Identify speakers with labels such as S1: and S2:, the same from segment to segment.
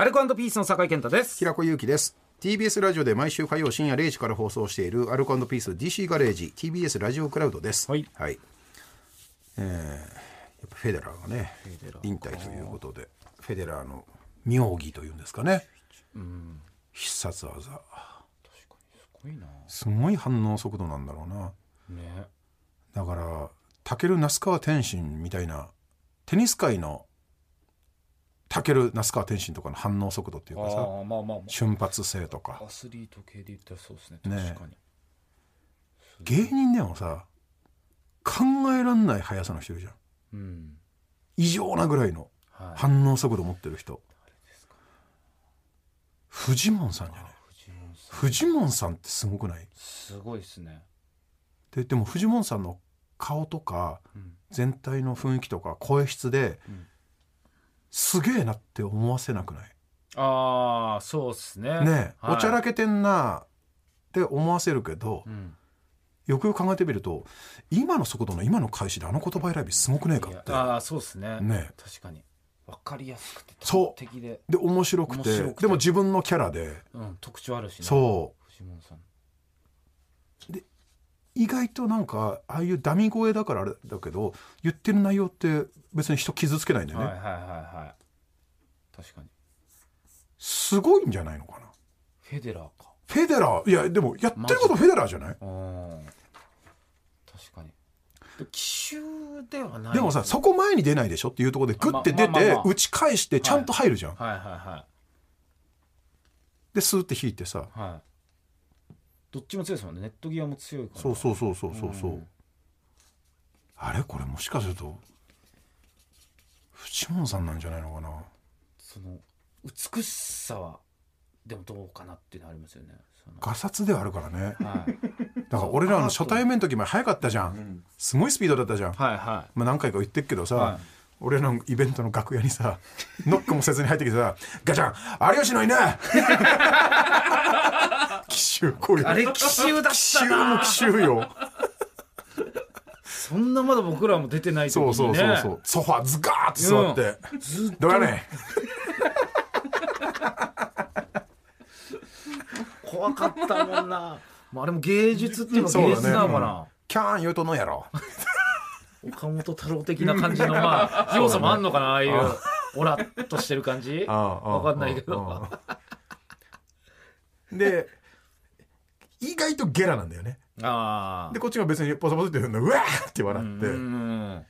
S1: アルコピースの酒井健太です。
S2: 平子祐希です TBS ラジオで毎週火曜深夜0時から放送しているアルコピース DC ガレージ TBS ラジオクラウドです
S1: はい
S2: えーやっぱフェデラーがね引退ということでフェデラーの妙義というんですかね、必殺技すごい反応速度なんだろうな
S1: ね、
S2: だからタケル那須川天心みたいなテニス界のタケル那須川天心とかの反応速度っていう
S1: あ
S2: かさ
S1: あまあまあ、
S2: 瞬発性とか
S1: アスリート系で言ったらそうですね。確
S2: ね
S1: かに。
S2: 芸人でもさ考えらんない速さの人いるじゃん
S1: うん。
S2: 異常なぐらいの
S1: はい
S2: 反応速度持ってる人、フジモンさんじゃない
S1: 藤本さん
S2: フジモンさんってすごくない
S1: すごいですね。
S2: ででもフジモンさんの顔とか
S1: ん
S2: 全体の雰囲気とか声質で、
S1: ん
S2: すげえなって思わせなくない
S1: ああ、そうですね。
S2: ねえ、
S1: は
S2: お
S1: い
S2: ちゃらけてんなって思わせるけど、
S1: うん。
S2: よくよく考えてみると今の速度の今の開始であの言葉選びすごくねえか
S1: いや
S2: って
S1: ああ、そうですね。
S2: ね
S1: 確かに。わかりやすくて、
S2: そう
S1: 端的で、
S2: で面白くて
S1: 面白くて
S2: でも自分のキャラで
S1: うん、特徴あるしね。う。
S2: そ
S1: 藤本さん。
S2: う意外となんかああいうダミ声だからあれだけど言ってる内容って別に人傷つけないんでね、
S1: はいはいはいはい。確かに。
S2: すごいんじゃないのかな
S1: フェデラーか。
S2: フェデラーいやでもやってることフェデラーじゃない
S1: うん。確かに。で奇襲ではない。
S2: でもさそこ前に出ないでしょっていうところでグッて出
S1: まあまあまあ
S2: て
S1: まあ
S2: 打ち返してちゃんと入るじゃん、
S1: はいはいはい。
S2: でスーって引いてさ
S1: はい。どっちも強いですもんね。ネットギアも強いから。
S2: そうそうそうそうそうそう、あれこれもしかするとフモンさんなんじゃないのかな
S1: その美しさはでもどうかなっていうのありますよね。その
S2: ガサツではあるからね
S1: はい、
S2: だから俺らの初対面の時も早かったじゃんすごいスピードだったじゃん、
S1: はいはい。
S2: まあ、何回か言ってるけどさ、
S1: はい
S2: 俺らのイベントの楽屋にさノックもせずに入ってきてさ「ガチャン有吉の犬! 」奇襲これ
S1: あれ奇襲だ
S2: 奇
S1: った
S2: 襲
S1: な
S2: も奇襲よ
S1: そんなまだ僕らも出てない時に
S2: そ
S1: ね。
S2: うそうそうそう、ソファーズガーって座って
S1: うんず
S2: 「
S1: っ
S2: どうやねん
S1: 怖かったもんな。まああれも芸術っていうのは
S2: そう
S1: 芸
S2: だね
S1: 術なのかな。
S2: キャーン言うとのやろ」
S1: 岡本太郎的な感じのまあ要素もあんのかなああいうオラッとしてる感じ。
S2: ああああ
S1: わかんないけど。
S2: ああ で意外とゲラなんだよね
S1: ああ。
S2: でこっちが別にポソポソって言うんだうわーって笑って、
S1: うん。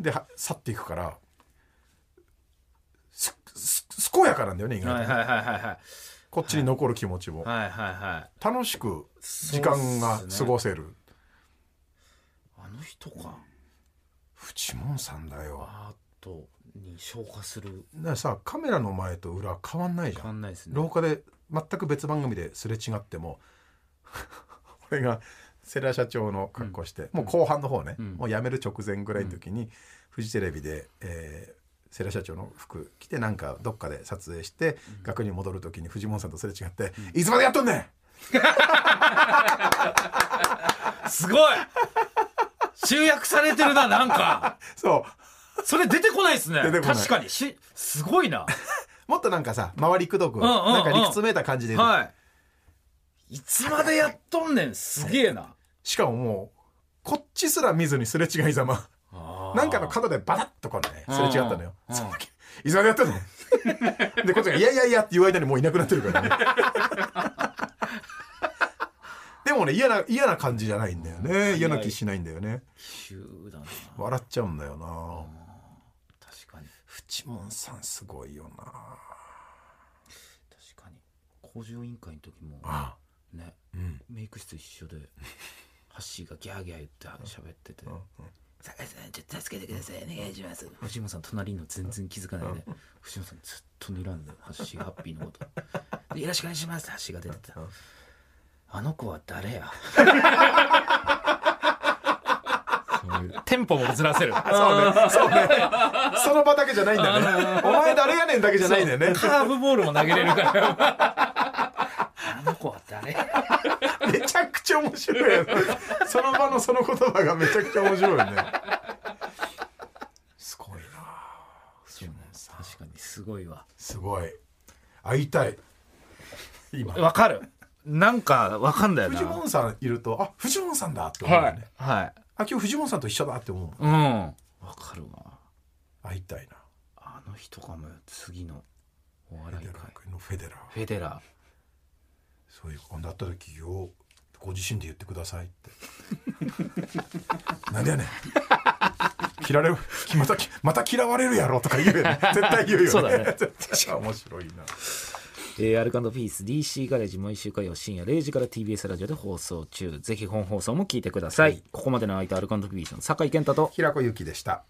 S2: では去っていくからすすす健やかなんだよね意外と
S1: はいはいはいはいはい。
S2: こっちに残る気持ちも、
S1: はいはいはい。
S2: 楽しく時間が
S1: そうっす
S2: 過
S1: ね
S2: ごせる、
S1: あの人か。
S2: フチモンさんだよ
S1: アートに昇華する。
S2: だからさカメラの前と裏変わんないじゃ
S1: 変わ
S2: ん
S1: んないですね。
S2: 廊下で全く別番組ですれ違っても 俺が世良社長の格好して、もう後半の方ね、
S1: ん
S2: もう辞める直前ぐらいの時に、フジテレビで、えー、世良社長の服着てなんかどっかで撮影して、楽に戻る時にフジモンさんとすれ違って「いつまでやっとんねん!」
S1: すごい集約されてるな、なんか。
S2: そう
S1: それ出てこないですね。
S2: 出てこない
S1: 確かに。し、すごいな。
S2: もっとなんかさ回りくどく、
S1: んうん
S2: なんか理屈めいた感じで、
S1: はい。いつまでやっとんねん、すげえな。
S2: しかももうこっちすら見ずにすれ違いざまなんかの角でバタッとこうねすれ違ったのよ
S1: うん
S2: その時いつまでやったのでこっちが「いやいやいや」って言う間にもういなくなってるからね でもね嫌な嫌な感じじゃないんだよね嫌な気しないんだよね
S1: 急だな。
S2: 笑っちゃうんだよな
S1: 確かに。
S2: 淵門さんすごいよな
S1: 確かに。工場委員会の時も、
S2: あ
S1: ね、メイク室一緒で、ハッシーがギャーギャー言って喋ってて。さあさあちょっと助けてくださいお願いします藤本さん隣にいるの全然気づかないで藤本さんずっと睨んでハッシーハッピーのこと「よろしくお願いします」橋が出てた「あの子は誰や?
S3: テンポもずらせる。
S2: そうねその場だけじゃないんだねお前誰やねんだけじゃないんだよね
S3: カーブボールも投げれるから。
S1: あの子は誰や?」
S2: めちゃくちゃ面白いよねその場のその言葉がめちゃくちゃ面白いよねすごいな
S1: そうなんです確かにすごいわ
S2: すごい会いたい今
S3: わかる。なんかわかんだよ
S2: 藤
S3: な。
S2: 本さんいるとあ藤本さんだって思うよね、
S3: はい。
S2: あ今日藤本さんと一緒だって思うもん
S3: うん。あ
S1: わかるわ
S2: 会いたいな
S1: あの人かもよ次のお
S2: フェ
S1: 笑い
S2: デラ
S1: 界
S2: ー君のフェデラー
S1: フェデラ
S2: そういう今度会った時よご自身で言ってくださいってなんでやねん嫌われるまたまた嫌われるやろとか言うよね絶対言うよね
S1: そうだね
S2: 絶対面白いな
S1: ー、えー、アルカンドピース DC ガレージ毎週火曜深夜0時から TBS ラジオで放送中ぜひ本放送も聞いてください、ここまでの相手アルカンドピースの酒井健太と
S2: 平子ゆきでした